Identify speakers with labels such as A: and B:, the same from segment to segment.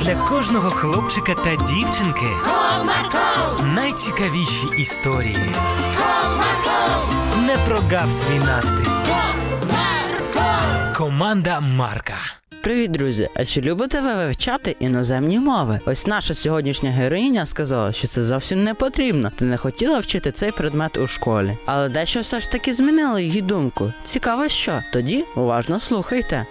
A: для кожного хлопчика та дівчинки
B: Comarco,
A: найцікавіші історії.
B: comarco,
A: Не прогав свій настрій.
B: comarco.
A: Команда Марка.
C: Привіт, друзі! А чи любите ви вивчати іноземні мови? Ось наша сьогоднішня героїня сказала, що це зовсім не потрібно та не хотіла вчити цей предмет у школі. Але дещо все ж таки змінило її думку. Цікаво, що тоді уважно слухайте.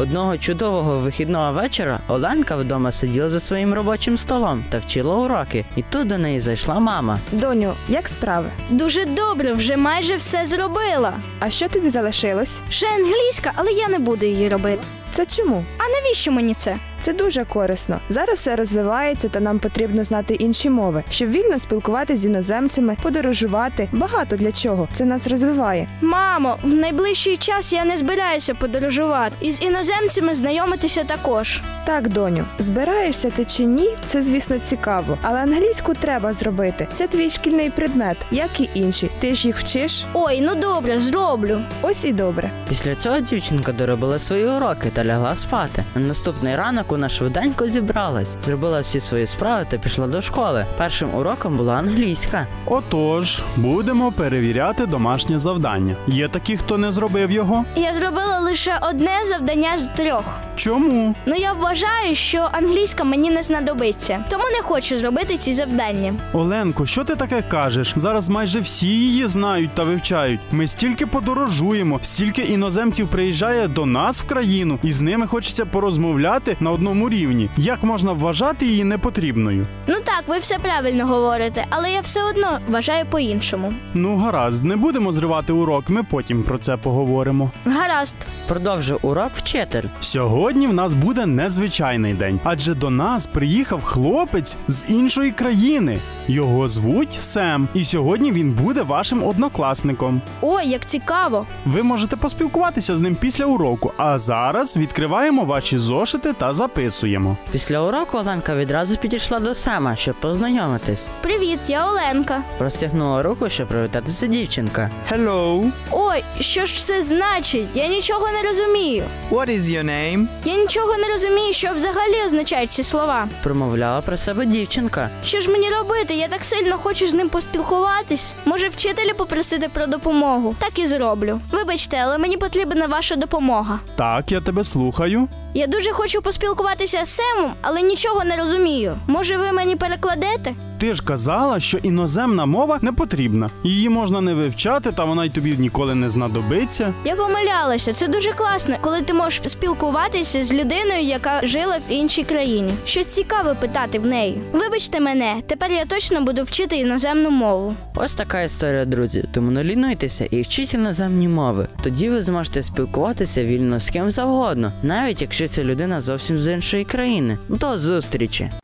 C: Одного чудового вихідного вечора Оленка вдома сиділа за своїм робочим столом та вчила уроки, і тут до неї зайшла мама.
D: Доню, як справи?
E: Дуже добре, вже майже все зробила.
D: А що тобі залишилось?
E: Ще англійська, але я не буду її робити.
D: Це чому?
E: А навіщо мені це?
D: Це дуже корисно. Зараз все розвивається, та нам потрібно знати інші мови, щоб вільно спілкуватися з іноземцями, подорожувати. Багато для чого. Це нас розвиває.
E: Мамо, в найближчий час я не збираюся подорожувати і з іноземцями знайомитися також.
D: Так, доню, збираєшся ти чи ні, це звісно цікаво, але англійську треба зробити. Це твій шкільний предмет, як і інші. Ти ж їх вчиш.
E: Ой, ну добре, зроблю.
D: Ось і добре.
C: Після цього дівчинка доробила свої уроки та лягла спати. На наступний ранок вона швиденько зібралась, зробила всі свої справи та пішла до школи. Першим уроком була англійська.
F: Отож, будемо перевіряти домашнє завдання. Є такі, хто не зробив його?
E: Я зробила лише одне завдання з трьох.
F: Чому?
E: Ну я вважаю, що англійська мені не знадобиться, тому не хочу зробити ці завдання.
F: Оленко, що ти таке кажеш? Зараз майже всі її знають та вивчають. Ми стільки подорожуємо, стільки іноземців приїжджає до нас в країну, і з ними хочеться порозмовляти на одному рівні. Як можна вважати її непотрібною?
E: Ну так, ви все правильно говорите, але я все одно вважаю по-іншому.
F: Ну, гаразд, не будемо зривати урок, ми потім про це поговоримо.
E: Гаразд.
C: Продовжив урок вчитель.
F: Сьогодні в нас буде незвичайний день, адже до нас приїхав хлопець з іншої країни. Його звуть Сем, і сьогодні він буде вашим однокласником.
E: Ой, як цікаво.
F: Ви можете поспілкуватися з ним після уроку, а зараз відкриваємо ваші зошити та записуємо.
C: Після уроку Оленка відразу підійшла до Сема, щоб познайомитись.
E: Привіт, я Оленка.
C: Простягнула руку, щоб привітатися дівчинка.
G: Hello,
E: Ой, що ж це значить? Я нічого не розумію.
G: what is your name?
E: Я нічого не розумію, що взагалі означають ці слова.
C: Промовляла про себе дівчинка.
E: Що ж мені робити? Я так сильно хочу з ним поспілкуватись. Може, вчителя попросити про допомогу? Так і зроблю. Вибачте, але мені потрібна ваша допомога.
F: Так, я тебе слухаю.
E: Я дуже хочу поспілкуватися з Семом, але нічого не розумію. Може, ви мені перекладете?
F: Ти ж казала, що іноземна мова не потрібна. Її можна не вивчати, та вона й тобі ніколи не знадобиться.
E: Я помилялася. Це дуже класно, коли ти можеш спілкуватися з людиною, яка жила в іншій країні. Щось цікаве питати в неї. Вибачте мене, тепер я точно буду вчити іноземну мову.
C: Ось така історія, друзі. Тому не лінуйтеся і вчіть іноземні мови. Тоді ви зможете спілкуватися вільно з ким завгодно, навіть якщо ця людина зовсім з іншої країни. До зустрічі!